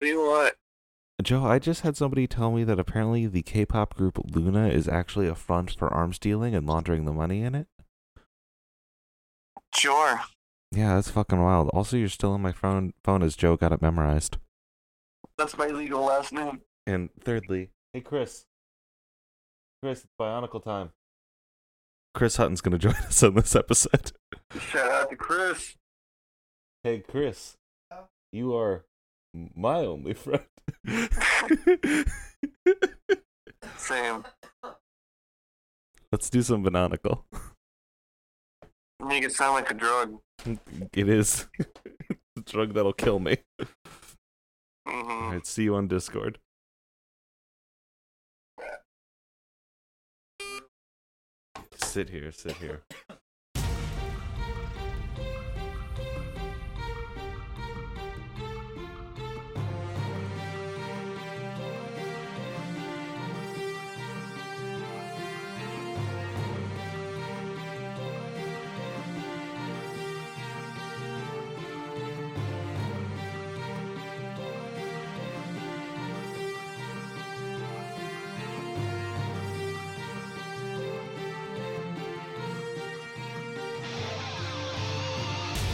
do you want? Joe, I just had somebody tell me that apparently the K pop group Luna is actually a front for arms dealing and laundering the money in it. Sure. Yeah, that's fucking wild. Also, you're still in my phone, phone as Joe got it memorized. That's my legal last name. And thirdly, hey, Chris. Chris, it's Bionicle time. Chris Hutton's going to join us on this episode. Shout out to Chris. Hey, Chris. You are my only friend. Same. Let's do some Bionicle. Make it sound like a drug. It is the drug that'll kill me. Mm-hmm. All right, see you on Discord. Sit here, sit here.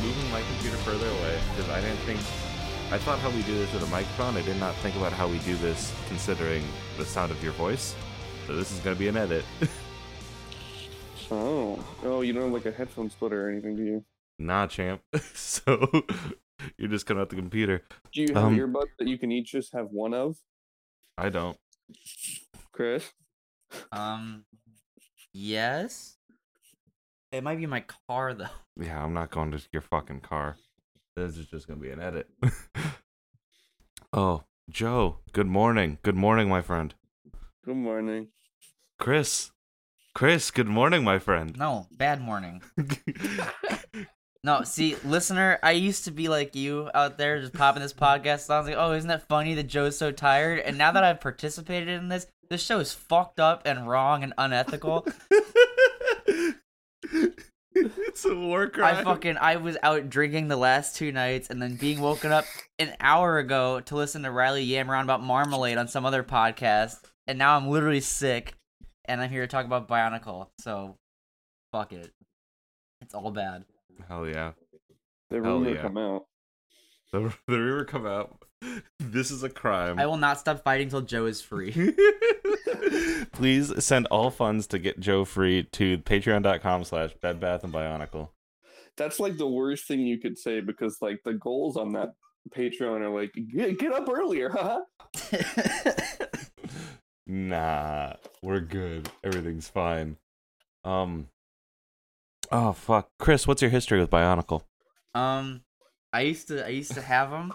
Moving my computer further away because I didn't think. I thought how we do this with a microphone. I did not think about how we do this considering the sound of your voice. So this is going to be an edit. Oh. Oh, you don't have like a headphone splitter or anything, do you? nah, champ. so you're just coming out the computer. Do you have Um, earbuds that you can each just have one of, I don't. Chris? Um, yes. It might be my car though. Yeah, I'm not going to your fucking car. This is just gonna be an edit. oh, Joe. Good morning. Good morning, my friend. Good morning. Chris. Chris. Good morning, my friend. No, bad morning. No, see, listener, I used to be like you out there, just popping this podcast. on. I was like, oh, isn't that funny that Joe's so tired? And now that I've participated in this, this show is fucked up and wrong and unethical. it's a war crime. I fucking I was out drinking the last two nights and then being woken up an hour ago to listen to Riley yammer on about marmalade on some other podcast, and now I'm literally sick, and I'm here to talk about Bionicle. So, fuck it, it's all bad. Hell yeah. The Hell rumor yeah. come out. The, the rumor come out. This is a crime. I will not stop fighting till Joe is free. Please send all funds to get Joe free to patreon.com slash bed bath and bionicle. That's like the worst thing you could say because like the goals on that Patreon are like get, get up earlier, huh? nah, we're good. Everything's fine. Um. Oh fuck, Chris, what's your history with Bionicle? Um, I used to I used to have them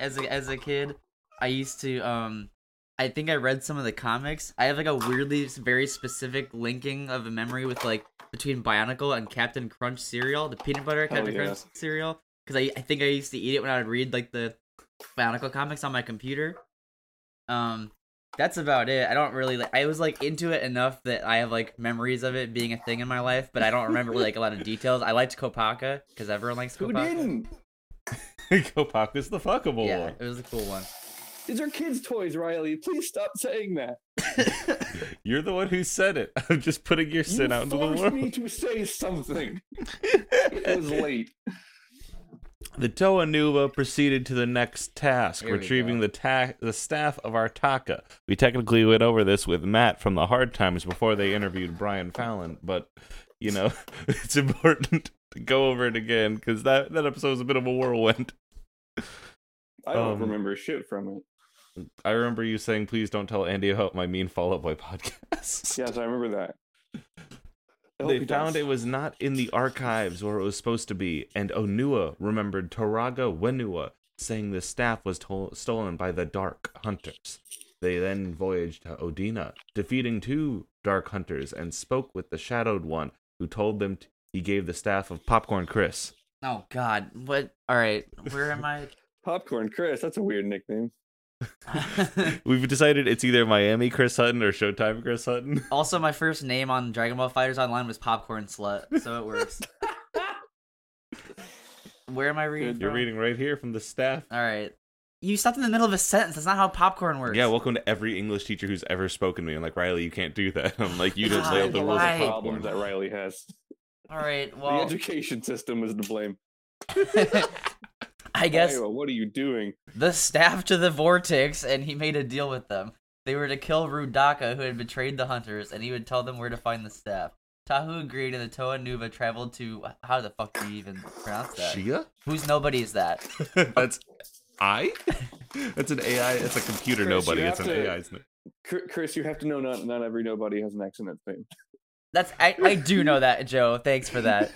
as a as a kid. I used to um, I think I read some of the comics. I have like a weirdly s- very specific linking of a memory with like between Bionicle and Captain Crunch cereal, the peanut butter Captain yeah. Crunch cereal, because I I think I used to eat it when I would read like the Bionicle comics on my computer. Um. That's about it. I don't really like. I was like into it enough that I have like memories of it being a thing in my life, but I don't remember like a lot of details. I liked Kopaka because everyone likes Who Kopaka. didn't? Kopaka's the fuckable Yeah, one. it was a cool one. These are kids' toys, Riley. Please stop saying that. You're the one who said it. I'm just putting your sin you out into the forced world. me to say something. It was late. The Toa Nuva proceeded to the next task, Here we retrieving go. the ta- the staff of our Taka. We technically went over this with Matt from the Hard Times before they interviewed Brian Fallon, but you know it's important to go over it again because that that episode was a bit of a whirlwind. I don't Um, remember shit from it. I remember you saying, "Please don't tell Andy about my mean Fall Out Boy podcast." Yes, I remember that. I hope They he found does. it was not in the archives where it was supposed to be, and Onua remembered Toraga Wenua saying the staff was tol- stolen by the Dark Hunters. They then voyaged to Odina, defeating two Dark Hunters, and spoke with the Shadowed One, who told them t- he gave the staff of Popcorn Chris. Oh God, what? All right, where am I? Popcorn Chris, that's a weird nickname. We've decided it's either Miami Chris Hutton or Showtime Chris Hutton. also, my first name on Dragon Ball Fighters Online was Popcorn Slut, so it works. where am I reading? Good. You're from? reading right here from the staff. All right, you stopped in the middle of a sentence. That's not how popcorn works. Yeah, welcome to every English teacher who's ever spoken to me. I'm like, Riley, you can't do that. I'm like, you don't God, lay out the rules why? of Problem popcorn. that Riley has. All right. the Well, education system is to blame. I guess Iowa, what are you doing? the staff to the vortex and he made a deal with them. They were to kill Rudaka, who had betrayed the hunters, and he would tell them where to find the staff. Tahu agreed, and the Toa Nuva traveled to how the fuck do you even pronounce that? Shia? Who's nobody is that? That's I? That's an AI. It's a computer Chris, nobody. you It's an have to- AI. Isn't it? Chr- Chris, you have to know not not every nobody has an accent at the same. That's I, I do know that, Joe. Thanks for that.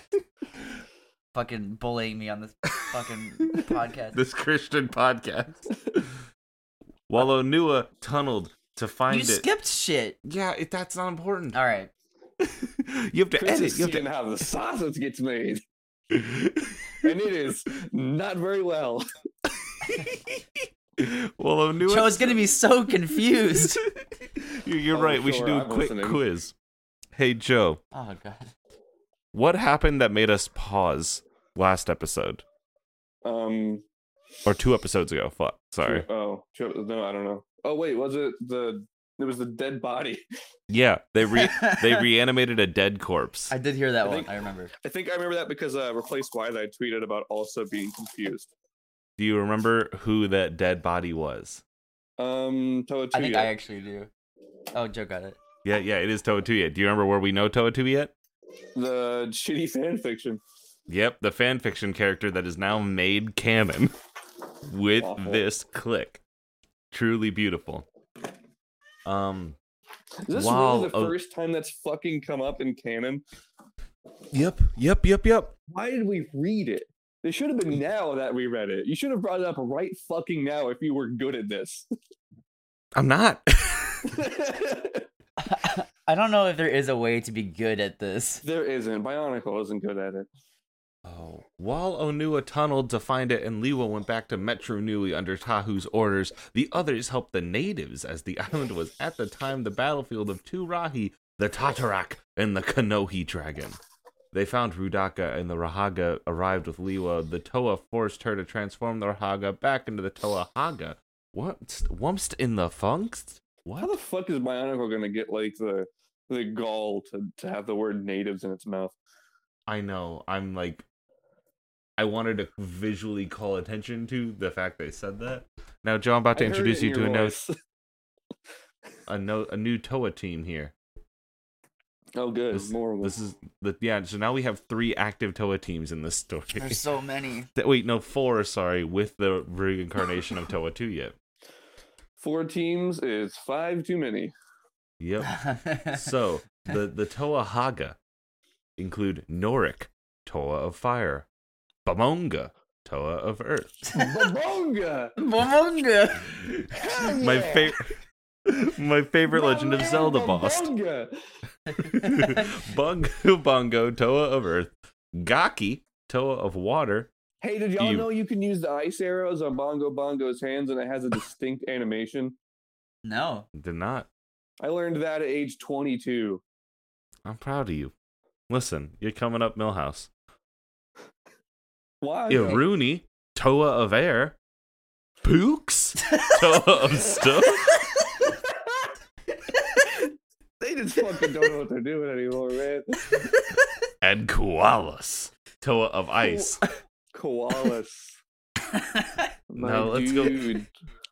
fucking bullying me on this fucking podcast. This Christian podcast. While Onua tunneled to find you Uh, it. skipped shit. yeah, it, that's not important. All right. you have to Chris edit. is You have seeing to. how the sausage gets made, and it is not very well. While Onua. Joe's gonna be so confused. You're, you're Oh, right. we should sure, do a I'm quick listening. quiz. Hey, Joe. oh god. What happened that made us pause last episode Um, or two episodes ago? Fuck, sorry. Oh, two- no, I don't know. Oh wait, was it the? It was the dead body. Yeah, they re- they reanimated a dead corpse. I did hear that I one. think- I remember. I think I remember that because uh, replace why I tweeted about also being confused. Do you remember who that dead body was? Um, Toa I think Tuya. I actually do. Oh, Joe got it. Yeah, yeah, it is Toatu yet. Do you remember where we know Toatu yet? the shitty fan fiction. Yep, the fanfiction character that is now made canon with Awful. this click. Truly beautiful. Um. Is this Wow, really the oh. first time that's fucking come up in canon? Yep. Yep. Yep. Yep. Why did we read it? It should have been now that we read it. You should have brought it up right fucking now if you were good at this. I'm not. I don't know if there is a way to be good at this. there isn't. Bionicle isn't good at it. Oh. While Onua tunneled to find it and Liwa went back to Metro Nui under Tahu's orders, the others helped the natives as the island was at the time the battlefield of two Rahi, the Tatarak, and the Kanohi dragon. They found Rudaka and the Rahaga arrived with Liwa. The Toa forced her to transform the Rahaga back into the Toa Haga. What? Wumst in the funkst? How What? the fuck is Bionicle gonna get like the the gall to, to have the word natives in its mouth? I know. I'm like, I wanted to visually call attention to the fact they said that. Now, Joe, I'm about to I heard it introduce in you to your a, no- voice. a, no- a new Toa team here. Oh, good. This, More of this is the yeah. So now we have three active Toa teams in this story. There's so many. Th- Wait, no, four. Sorry, with the reincarnation of Toa two yet. Four teams is five too many. Yep. so the the Toa Haga include Norik, Toa of Fire, Bamonga, Toa of Earth. Babonga! Bomonga! Hell My yeah! favorite. My favorite Legend of Babonga, Zelda boss. babonga! Bungo Bongo, Toa of Earth. Gaki, Toa of Water. Hey, did y'all You- know you can use the ice arrows on Bongo Bongo's hands and it has a distinct animation? no. Did not. I learned that at age 22. I'm proud of you. Listen, you're coming up, Millhouse. Why? Iruni, Toa of Air. Pooks, Toa of Stone. They just fucking don't know what they're doing anymore, man. And Koalas, Toa of Ice. Koalas. My No, let's go- dude.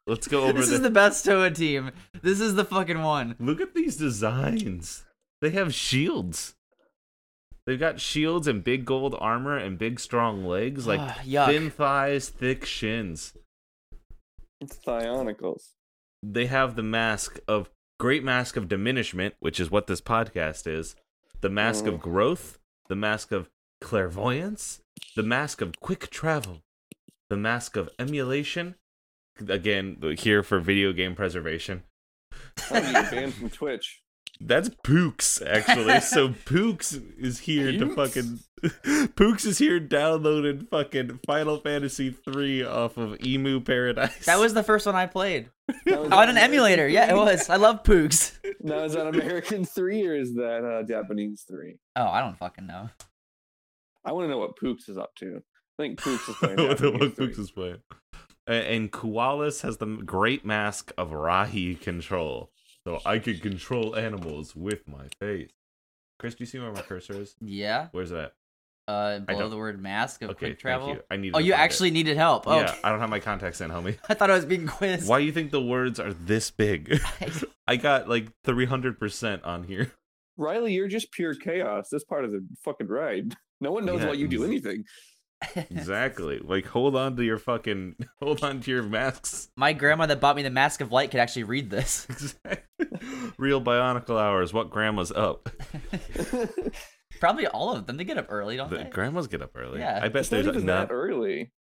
Let's go over this this. is the best Toa team. This is the fucking one. Look at these designs. They have shields. They've got shields and big gold armor and big strong legs, like Ah, yuck. thin thighs, thick shins. It's Thionicles. they have the mask of great mask of diminishment, which is what this podcast is, the mask Mm. of growth, the mask of clairvoyance, the mask of quick travel, the mask of emulation. Again, here for video game preservation. I'm getting banned from Twitch. That's Pooks, actually. so Pooks is here to fucking Pooks is here downloaded fucking Final Fantasy three off of Emu Paradise. That was the first one I played That was on an American emulator. Yeah, it three? was. I love Poogs. Now is that American three or is that uh, Japanese three? Oh, I don't fucking know. I want to know what Pooks is up to. I think Pooks is playing. what the Japanese fuck Pooks three. is playing. A- And Koalas has the great mask of Rahi control, so I can control animals with my face. Chris, do you see where my cursor is? Yeah. Where's that? Uh, below don't- the word mask of Okay, quick travel. thank you. I need. Oh, you actually needed help. Oh, Yeah, I don't have my contacts in, homie. I thought I was being quizzed. Why do you think the words are this big? I got like 300% on here. Riley, you're just pure chaos. This part of the fucking ride. No one knows Yeah, why you do ex- anything. Exactly. Like hold on to your fucking hold on to your masks. My grandma that bought me the mask of light could actually read this. Exactly. Real Bionicle hours. What grandma's up? Probably all of them. They get up early, don't The they? grandmas get up early. Yeah. I bet It's not there's even no- that early.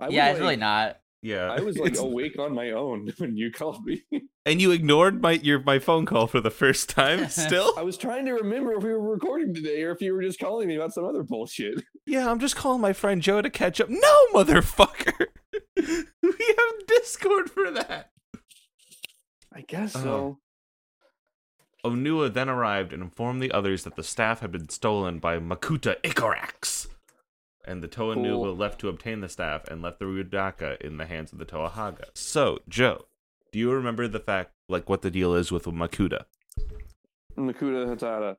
I yeah, was it's really like- not. Yeah. I was like It's- awake on my own when you called me. and you ignored my your my phone call for the first time I still? was trying to remember if we were recording today or if you were just calling me about some other bullshit. yeah, I'm just calling my friend Joe to catch up. No, motherfucker. we have Discord for that. I guess Oh. so. Onua then arrived and informed the others that the staff had been stolen by Makuta Ikorax. And the Toa Cool. Nuba left to obtain the staff and left the Rudaka in the hands of the Toahaga. So, Joe, do you remember the fact, like, what the deal is with Makuta? Oh. Nakuta Hatata.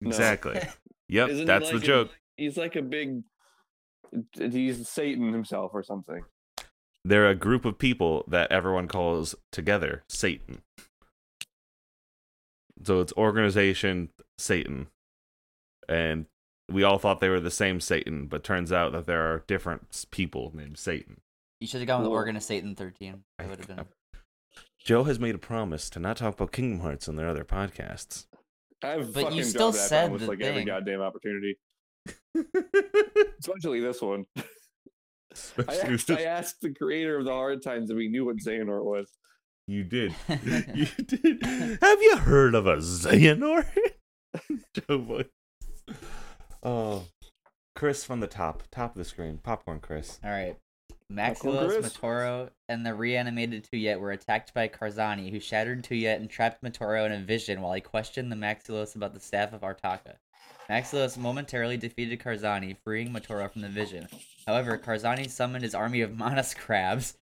No. Exactly. Yep, Isn't he that's the like a- joke. He's like a big. He's Satan himself or something. They're a group of people that everyone calls together Satan. So it's organization Satan. And we all thought they were the same Satan, but turns out that there are different s- people named Satan. You should have gone with Cool. Oregon to Satan 13. That would have been. Joe has made a promise to not talk about Kingdom Hearts on their other podcasts. I've But you fucking still dropped that said almost the like every thing. goddamn opportunity, especially this one. I asked, I asked the creator of the Hard Times if he knew what Xehanort was. you did. You did. Have you heard of a Xehanort? Joe boy. Oh. Chris from the top, top of the screen. Popcorn Chris. All right. Michael Maxilos, Chris. Matoro, and the reanimated Tuyet were attacked by Karzani, who shattered Tuyet and trapped Matoro in a vision while he questioned the Maxilos about the staff of Artaka. Maxilos momentarily defeated Karzani, freeing Matoro from the vision. However, Karzani summoned his army of Manas crabs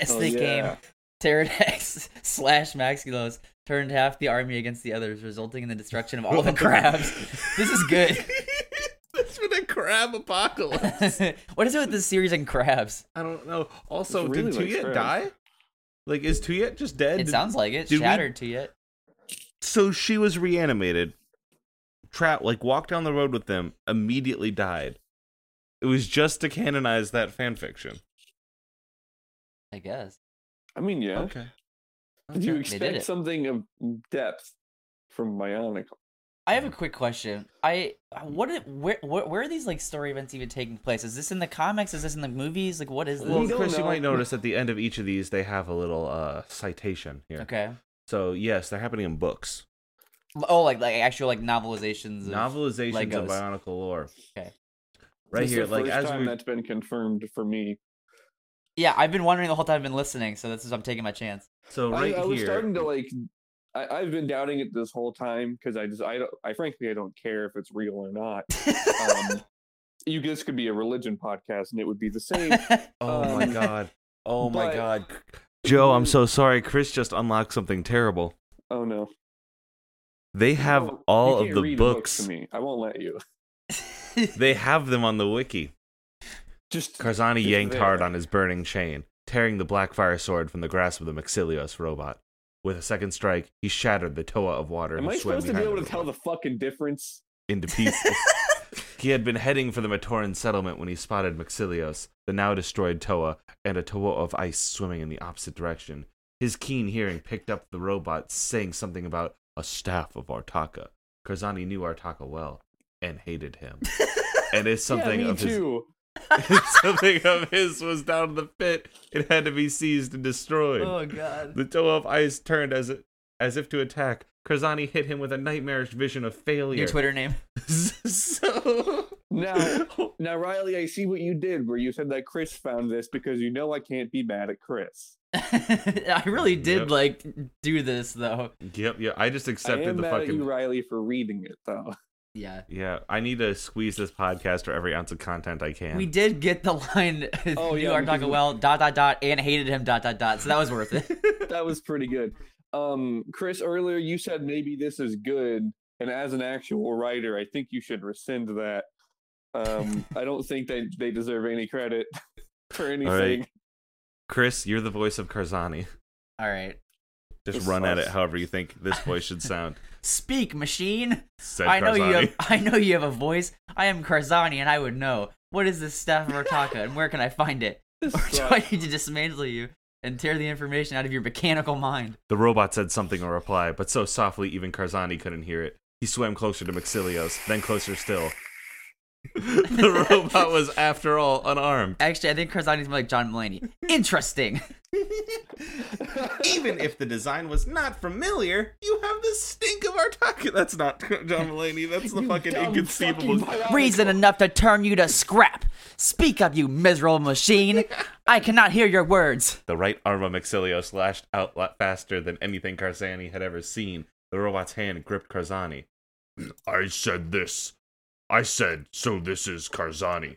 as Oh, they yeah. came. Pterodax slash Maxilos turned half the army against the others, resulting in the destruction of all the crabs. This is good. That's been a crab apocalypse. what is it with this series and crabs? I don't know. Also, It's did really like Tuyet crabs. die? Like, is Tuyet just dead? It Did- sounds like it. did we- Shattered to yet. so she was reanimated, trapped, like walked down the road with them, immediately died. It was just to canonize that fanfiction. I guess. I mean, yeah. Okay. Did you Okay. did expect it. something of depth from Bionicle? I have a quick question. I what it, where, where where are these like story events even taking place? Is this in the comics? Is this in the movies? Like what is this? We Well, don't Chris, you might know. notice at the end of each of these, they have a little uh, citation here. okay. So yes, they're happening in books, Oh, like like actual like novelizations. Of, novelizations of Legos. Bionicle lore. Okay. Right This is here, the like first as time we that's been confirmed for me. Yeah, I've been wondering the whole time I've been listening, so this is I'm taking my chance. so I- right I, here. was starting to like. I, I've been doubting it this whole time because I just I don't I frankly I don't care if it's real or not. Um, you this could be a religion podcast and it would be the same. Oh my Um, god. Oh my but- god. Joe, I'm so sorry. Chris just unlocked something terrible. Oh no! They have No, you all of can't the read books. to me. I won't let you. They have them on the wiki. Just Karzani Just yanked there. hard on his burning chain, tearing the Blackfire sword from the grasp of the Maxilios robot. With a second strike, he shattered the Toa of water am and I swam supposed to be behind able the to tell the robot fucking difference? into pieces. he had been heading for the Matoran settlement when he spotted Maxilios, the now destroyed Toa, and a Toa of ice swimming in the opposite direction. His keen hearing picked up the robot saying something about a staff of Artaka. Karzani knew Artaka well and hated him. and it's something yeah, me of his too. something of his was down in the pit. It had to be seized and destroyed. oh god. The toe of ice turned as as if to attack, Karzani hit him with a nightmarish vision of failure. Your Twitter name. Uh, so Now, now, Riley, I see what you did where you said that Chris found this because you know I can't be mad at Chris. I really did Yep. like do this though. Yep, yeah, I just I accepted am the mad at fucking you, Riley, for reading it though. Yeah. Yeah, I need to squeeze this podcast for every ounce of content I can. We did get the line Oh, knew yeah, our because taco we- well, dot dot dot, and hated him, dot dot dot. So that was worth it. that was pretty good. Um, Chris, earlier you said maybe this is good, and as an actual writer, I think you should rescind that. Um, I don't think they they deserve any credit for anything. Chris, you're the voice of Karzani. All right. Just This run at it sucks. however you think this voice should sound. Speak, machine. Said I know you Karzani. have I know you have a voice. I am Karzani and I would know. What is this staff of Ortaka and where can I find it? This Or do I sucks. need to dismantle you and tear the information out of your mechanical mind? The robot said something in reply, but so softly even Karzani couldn't hear it. He swam closer to Maxilios, then closer still. the robot was, after all, unarmed. Actually, I think Karzani's more like John Mulaney. Interesting. Even if the design was not familiar, you have the stink of Artaka. That's not John Mulaney. That's the fucking Dumb inconceivable. fucking biology. Reason enough to turn you to scrap. Speak up, you miserable machine. I cannot hear your words. The right arm of Maxilios lashed out lot faster than anything Karzani had ever seen. The robot's hand gripped Karzani. I said this. I said, so this is Karzani.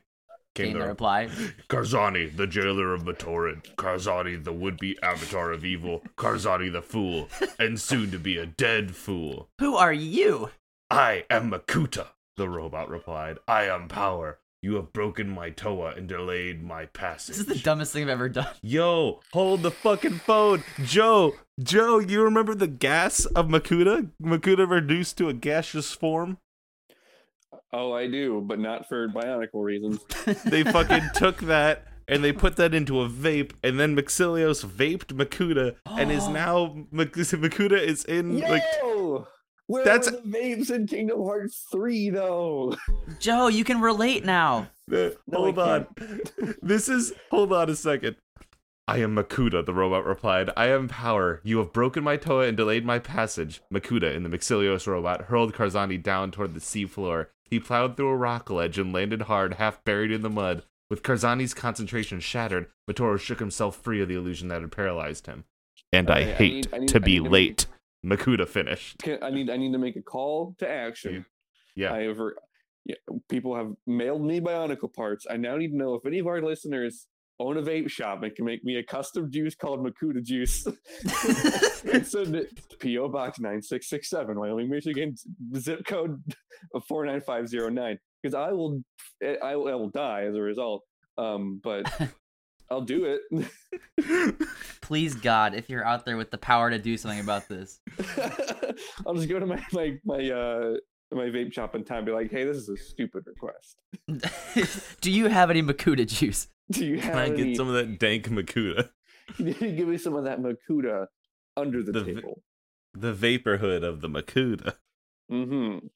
Came the reply. Karzani, the jailer of Matoran. Karzani, the would be avatar of evil. Karzani, the fool. And soon to be a dead fool. Who are you? I am Makuta, the robot replied. I am power. You have broken my Toa and delayed my passage. This is the dumbest thing I've ever done. Yo, hold the fucking phone. Joe, Joe, you remember the gas of Makuta? Makuta reduced to a gaseous form? Oh, I do, but not for bionicle reasons. They fucking took that and they put that into a vape, and then Maxilios vaped Makuta and is now. Mak- Makuta is in, Mm, like. Yo! Where that's- were the babes in Kingdom Hearts 3 though? Joe, you can relate now. Uh, No, hold I on. This is. Hold on a second. I am Makuta, the robot replied. I am power. You have broken my toa and delayed my passage. Makuta, in the Maxilios robot, hurled Karzani down toward the seafloor. He plowed through a rock ledge and landed hard, half buried in the mud. With Karzani's concentration shattered, Matoro shook himself free of the illusion that had paralyzed him. And I Okay, I hate need- I need- to I be need to- late. Makuta finished. Can, I need I need to make a call to action. Yeah. I have, re- yeah, people have mailed me Bionicle parts. I now need to know if any of our listeners own a vape shop and can make me a custom juice called Makuta Juice. and send it to P.O. Box 9667, Wyoming, Michigan, zip code 49509. Because I will, eh, I will, I will die as a result. Um, but I'll do it. Please, God, if you're out there with the power to do something about this. I'll just go to my my my uh my vape shop in time. Be like, hey, this is a stupid request. do you have any Makuta juice? Do you have Can I any- get some of that dank Makuta? give me some of that Makuta under the, The v- table. The vaporhood of the Makuta. Mm-hmm.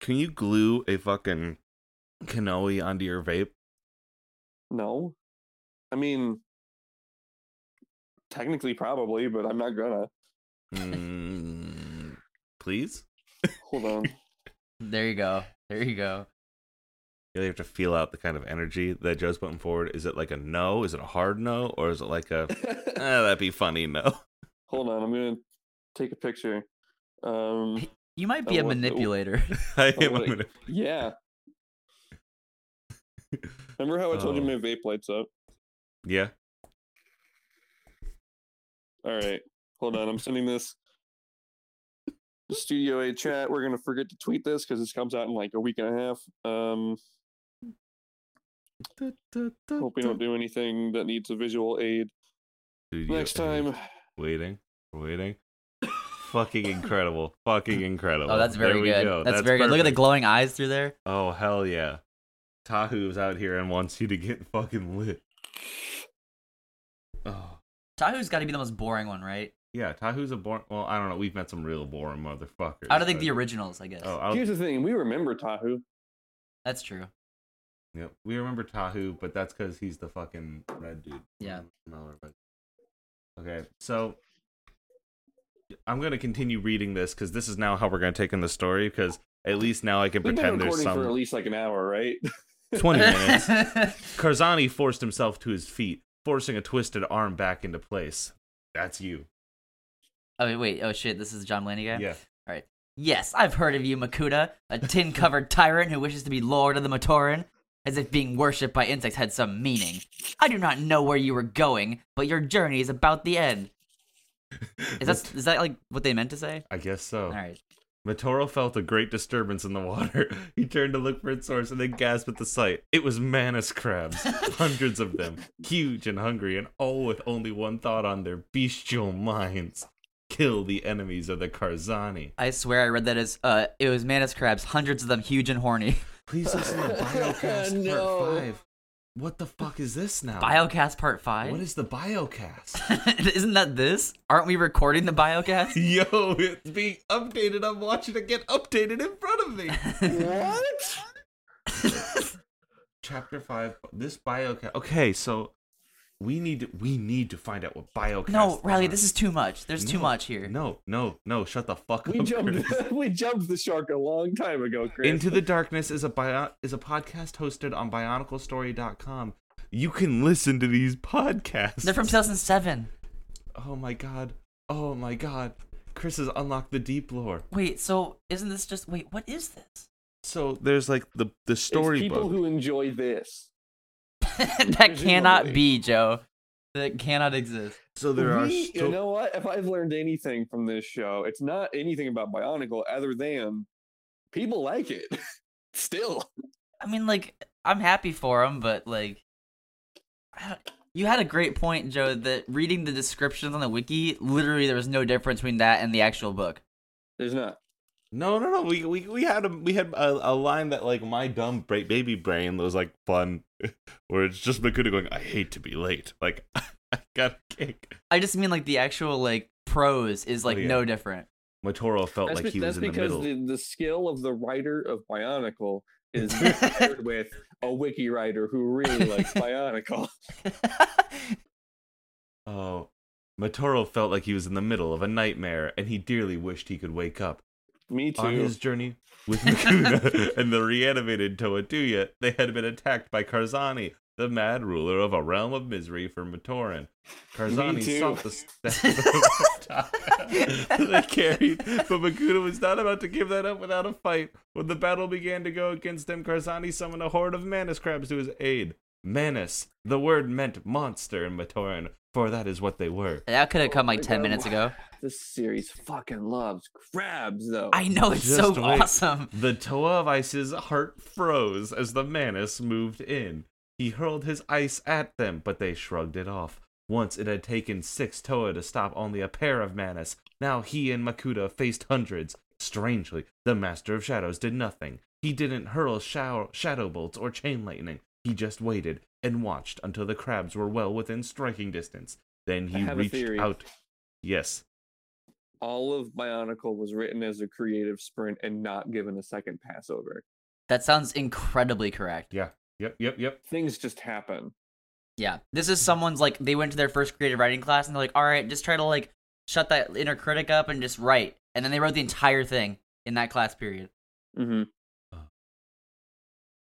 Can you glue a fucking cannoli onto your vape? No, I mean, technically, probably, but I'm not gonna. Mm, please? Hold on. There you go. There you go. You really have to feel out the kind of energy that Joe's putting forward. Is it like a no? Is it a hard no? Or is it like a, eh, that'd be funny no? Hold on. I'm gonna take a picture. Um. You might be Oh, a what- oh. manipulator. I am like- gonna- Yeah. Remember how I told you Oh. my vape lights up? Yeah. All right. Hold on. I'm sending this to Studio A chat. We're going to forget to tweet this because this comes out in like a week and a half. Um, hope we don't do anything that needs a visual aid. Dude, you- Next time. Waiting. Waiting. Fucking incredible. Fucking incredible. Oh, that's very There we good. go. That's, very good. Look at the perfect. glowing eyes through there. Oh, hell yeah. Tahu's out here and wants you to get fucking lit. Oh. Tahu's got to be the most boring one, right? Yeah, Tahu's a boring. Well, I don't know. We've met some real boring motherfuckers. I don't think but- the originals, I guess. Oh, I Here's don't, the thing we remember Tahu. That's true. yeah, we remember Tahu, but that's because he's the fucking red dude. Mm, Yeah. No, we're red. Okay, so I'm gonna continue reading this because this is now how we're gonna take in the story. Because at least now I can We've been pretend there's recording for at some least like an hour, right? twenty minutes. Karzani forced himself to his feet, forcing a twisted arm back into place. That's you. oh wait, wait, oh shit, this is the John Mulaney guy. Yeah. Yes, I've heard of you, Makuta, a tin-covered tyrant who wishes to be lord of the Matoran, as if being worshipped by insects had some meaning. I do not know where you were going, but your journey is about the end. Is that is that like what they meant to say? I guess so. All right. Matoro felt a great disturbance in the water. He turned to look for its source and then gasped at the sight. It was manus crabs, hundreds of them, huge and hungry, and all with only one thought on their bestial minds kill the enemies of the Karzani. I swear I read that as uh, it was mantis crabs, hundreds of them, huge and horny. Please listen to Biocast No. Part 5. What the fuck is this now? Biocast Part Five. What is the Biocast? Isn't that this? Aren't we recording the biocast? Yo, it's being updated. I'm watching it get updated in front of me. what? Chapter five. This biocast. Okay, so we need we need to find out what biocast. no, Riley, are. this is too much. There's too No, much here. No, no, no. Shut the fuck We up. jumped. Chris. we jumped the shark a long time ago, Chris. Into the Darkness is a bio- is a podcast hosted on bionicalstory.com. You can listen to these podcasts. They're from 2007. oh my god. Oh my god. Chris has unlocked the deep lore. Wait, so isn't this just wait? What is this? So there's like the the it's people storybook. who enjoy this. that cannot Presumably. be, Joe. That cannot exist. So there are We- sto- you know what? If I've learned anything from this show, it's not anything about Bionicle other than people like it. Still, I mean, like, I'm happy for him, but like, I don't- you had a great point, Joe. That reading the descriptions on the wiki, literally, there was no difference between that and the actual book. there's not. No, no, no. We we, we had a we had a, a line that like my dumb bra- baby brain was like fun, where it's just Makuta going, "I hate to be late." Like I got a kick. I just mean like the actual like prose is like Oh, yeah. no different. Matoro felt That's, like be- he that's was in the because middle. the, the skill of the writer of Bionicle is paired with a wiki writer who really likes Bionicle. Oh, Matoro felt like he was in the middle of a nightmare, and he dearly wished he could wake up. Me too. On his journey with Makuna and the reanimated Toatuya, they had been attacked by Karzani, the mad ruler of a realm of misery for Matoran. Me Karzani too. sought the steps of Matara they carried, but Makuna was not about to give that up without a fight. When the battle began to go against them, Karzani summoned a horde of manus crabs to his aid. Manus, the word meant monster in Matoran, for that is what they were. that could have come like my ten God. minutes ago. This series fucking loves crabs, though. I know it's so Just wait. awesome. The Toa of Ice's heart froze as the Manus moved in. He hurled his ice at them, but they shrugged it off. Once it had taken six Toa to stop only a pair of Manus. Now he and Makuta faced hundreds. Strangely, the Master of Shadows did nothing. He didn't hurl shower, shadow bolts or chain lightning. He just waited and watched until the crabs were well within striking distance. Then I he have a reached theory. out. Yes. All of Bionicle was written as a creative sprint and not given a second pass over. That sounds incredibly correct. Yeah. Yep. Yep. Yep. Things just happen. Yeah. This is someone's like they went to their first creative writing class and they're like, all right, just try to like shut that inner critic up and just write. And then they wrote the entire thing in that class period. Mm-hmm.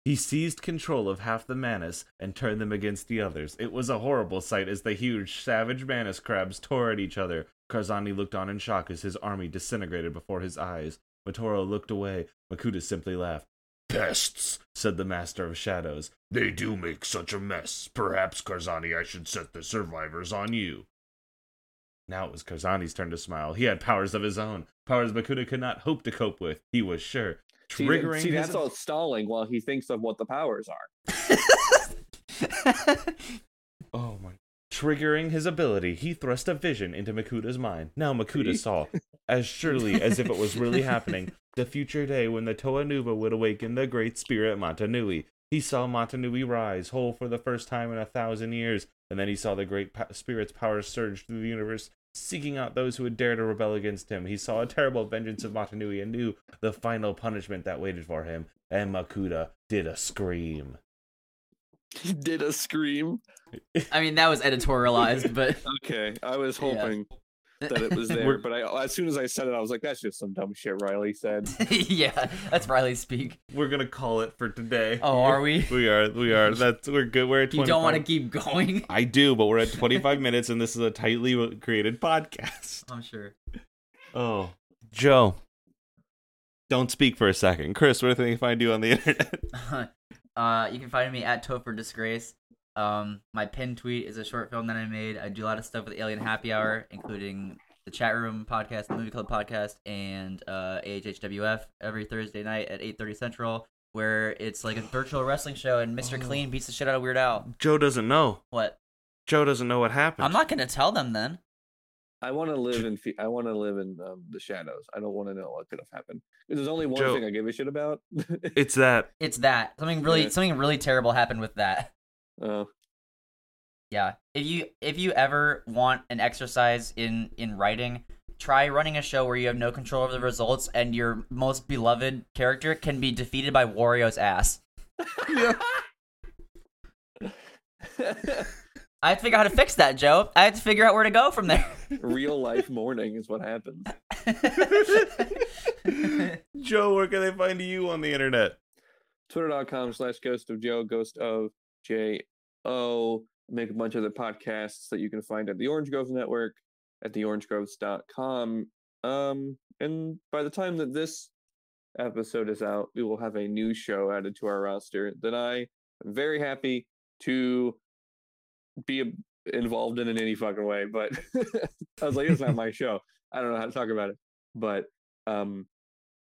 He seized control of half the manus and turned them against the others. It was a horrible sight as the huge, savage manus crabs tore at each other. Karzani looked on in shock as his army disintegrated before his eyes. Matoro looked away. Makuta simply laughed. Pests, said the Master of Shadows. They do make such a mess. Perhaps, Karzani, I should set the survivors on you. Now it was Karzani's turn to smile. He had powers of his own, powers Makuta could not hope to cope with, he was sure. See, Triggering see, that- that's all stalling while he thinks of what the powers are. Oh my. Triggering his ability, he thrust a vision into Makuta's mind. Now Makuta saw, as surely as if it was really happening, the future day when the Toa Nuva would awaken the great spirit Matanui. He saw Matanui rise whole for the first time in a thousand years, and then he saw the great po- spirit's power surge through the universe, seeking out those who would dare to rebel against him. He saw a terrible vengeance of Matanui and knew the final punishment that waited for him, and Makuta did a scream. He did a scream. I mean, that was editorialized, but Okay, I was Yeah. hoping. that it was there. We're- but I, as soon as I said it, I was like, "That's just some dumb shit." Riley said. yeah, that's Riley speak. We're gonna call it for today. Oh, are we? We are. We are. That's. We're good. We're at. You don't want to 25 keep going? I do, but we're at 25 minutes, and this is a tightly created podcast. I'm sure. Oh, Joe. Don't speak for a second, Chris. What do they find you on the internet? uh, you can find me at Topher Disgrace. Um, my pin tweet is a short film that I made. I do a lot of stuff with Alien Happy Hour, including the chat room podcast, the movie club podcast, and uh, AHHWF every Thursday night at 8:30 Central, where it's like a virtual wrestling show, and Mr. Clean beats the shit out of Weird Al. Joe doesn't know. What? Joe doesn't know what happened. I'm not gonna tell them then. I want to live in. fe- I want to live in um, the shadows. I don't want to know what could have happened. 'Cause There's only one Joe- thing I give a shit about. It's that. It's that something really Yeah. something really terrible happened with that. uh, Yeah. If you if you ever want an exercise in in writing, try running a show where you have no control over the results and your most beloved character can be defeated by Wario's ass. I have to figure out how to fix that, Joe. I have to figure out where to go from there. real life mourning is what happens. Joe, where can they find you on the internet? twitter.com slash ghost of joe ghost of j o make a bunch of the podcasts that you can find at the orange grove network at theorangegroves.com um and by the time that this episode is out we will have a new show added to our roster that i am very happy to be a- involved in in any fucking way but i was like it's not my show i don't know how to talk about it but um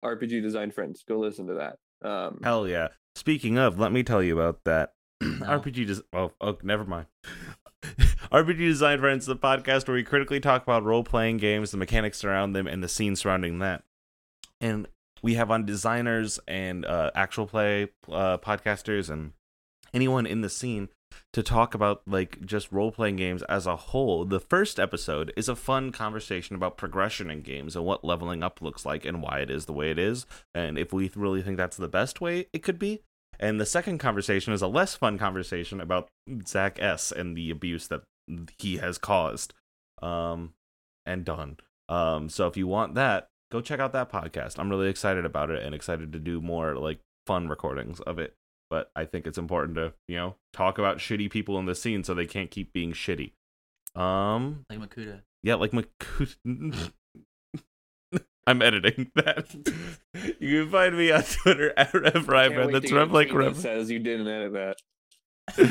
rpg design friends go listen to that um Hell yeah. Speaking of, let me tell you about that. RPG just oh, oh never mind. RPG Design Friends, the podcast where we critically talk about role playing games, the mechanics around them, and the scenes surrounding that. And we have on designers and uh, actual play uh, podcasters and anyone in the scene to talk about like just role playing games as a whole. The first episode is a fun conversation about progression in games and what leveling up looks like and why it is the way it is. And if we really think that's the best way it could be. And the second conversation is a less fun conversation about Zach S and the abuse that he has caused um and done. Um so if you want that, go check out that podcast. I'm really excited about it and excited to do more like fun recordings of it. But I think it's important to, you know, talk about shitty people in the scene so they can't keep being shitty. Um like Makuta. yeah, like Makuta. I'm editing that. you can find me on Twitter at Rev Can't Reverend. That's wait to get Rev a like tweet that Reverend. Says you didn't edit that.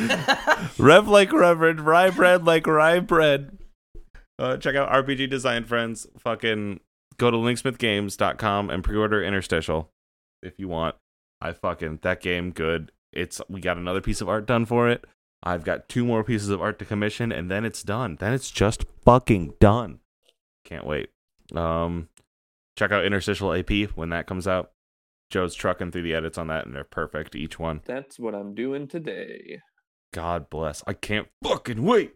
Rev like Reverend. Rye bread like rye bread. Uh, check out RPG Design Friends. Fucking go to linksmithgames.com and pre-order Interstitial if you want. I fucking that game good. It's we got another piece of art done for it. I've got two more pieces of art to commission, and then it's done. Then it's just fucking done. Can't wait. Um, check out Interstitial AP when that comes out. Joe's trucking through the edits on that, and they're perfect each one. That's what I'm doing today. God bless. I can't fucking wait.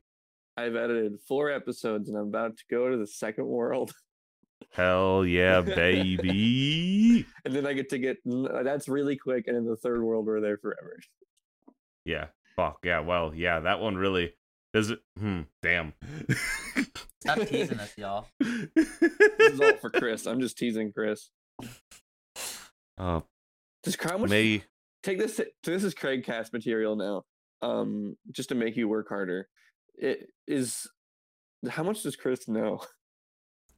I've edited four episodes and I'm about to go to the second world. Hell yeah, baby. And then I get to get that's really quick. And in the third world, we're there forever. yeah. Fuck yeah. Well, yeah. That one really does it. Hmm. Damn. Stop teasing us, y'all. This is all for Chris. I'm just teasing Chris. Oh, Just how much may take this to- so this is craig cast material now um just to make you work harder it is how much does chris know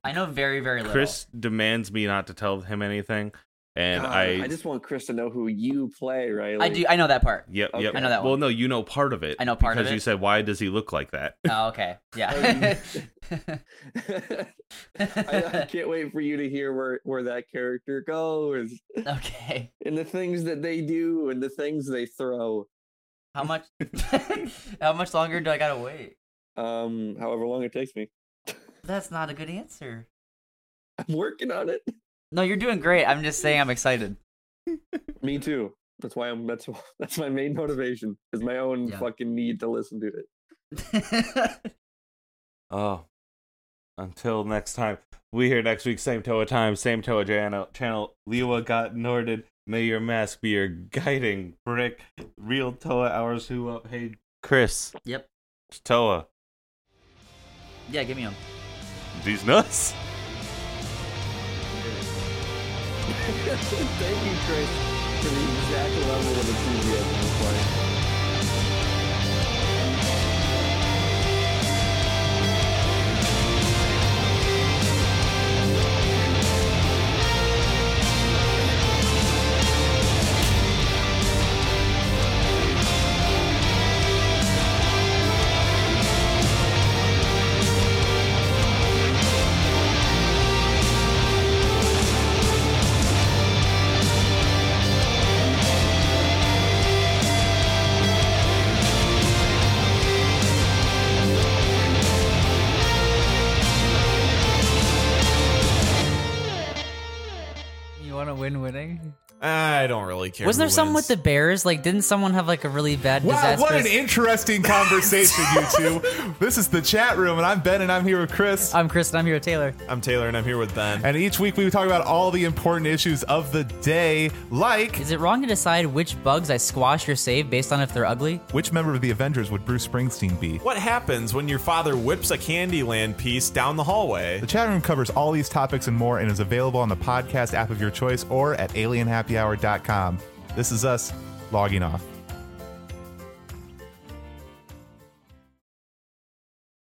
I know very, very little. Chris demands me not to tell him anything, and God, I. Ah, i just want chris to know who you play right I do I know that part. Yep, yep. Okay. I know that Well, one. no, you know part of it. I know part of because you it. said, "Why does he look like that?" Oh, okay. Yeah. I, uh, I can't wait for you to hear where, where that character goes okay. and the things that they do and the things they throw. How much how much longer do I gotta wait? Um, however long it takes me, That's not a good answer. I'm working on it. No, you're doing great. I'm just saying I'm excited. me too. That's why I'm. That's wh- that's my main motivation is my own Yeah. fucking need to listen to it. Oh. Until next time. We here next week, same Toa time, same Toa channel. channel. Lewa got Norded. May your mask be your guiding brick. Real Toa hours who up. Hey, Chris. yep. Toa. Yeah, give me them. these nuts. Thank you, Chris, for the exact level of enthusiasm you play. You want to win winning? I don't really care. Wasn't there who something with the wins. Bears? Like, didn't someone have like a really bad Wow, disaster? what an interesting conversation, you two. This is the chat room, and I'm Ben, and I'm here with Chris. I'm Chris and I'm here with Taylor. I'm Taylor, and I'm here with Ben. And each week we talk about all the important issues of the day, like Is it wrong to decide which bugs I squash or save based on if they're ugly? which member of the Avengers would Bruce Springsteen be? What happens when your father whips a Candyland piece down the hallway? The chat room covers all these topics and more and is available on the podcast app of your choice or at alienhappyhour.com. This is us logging off.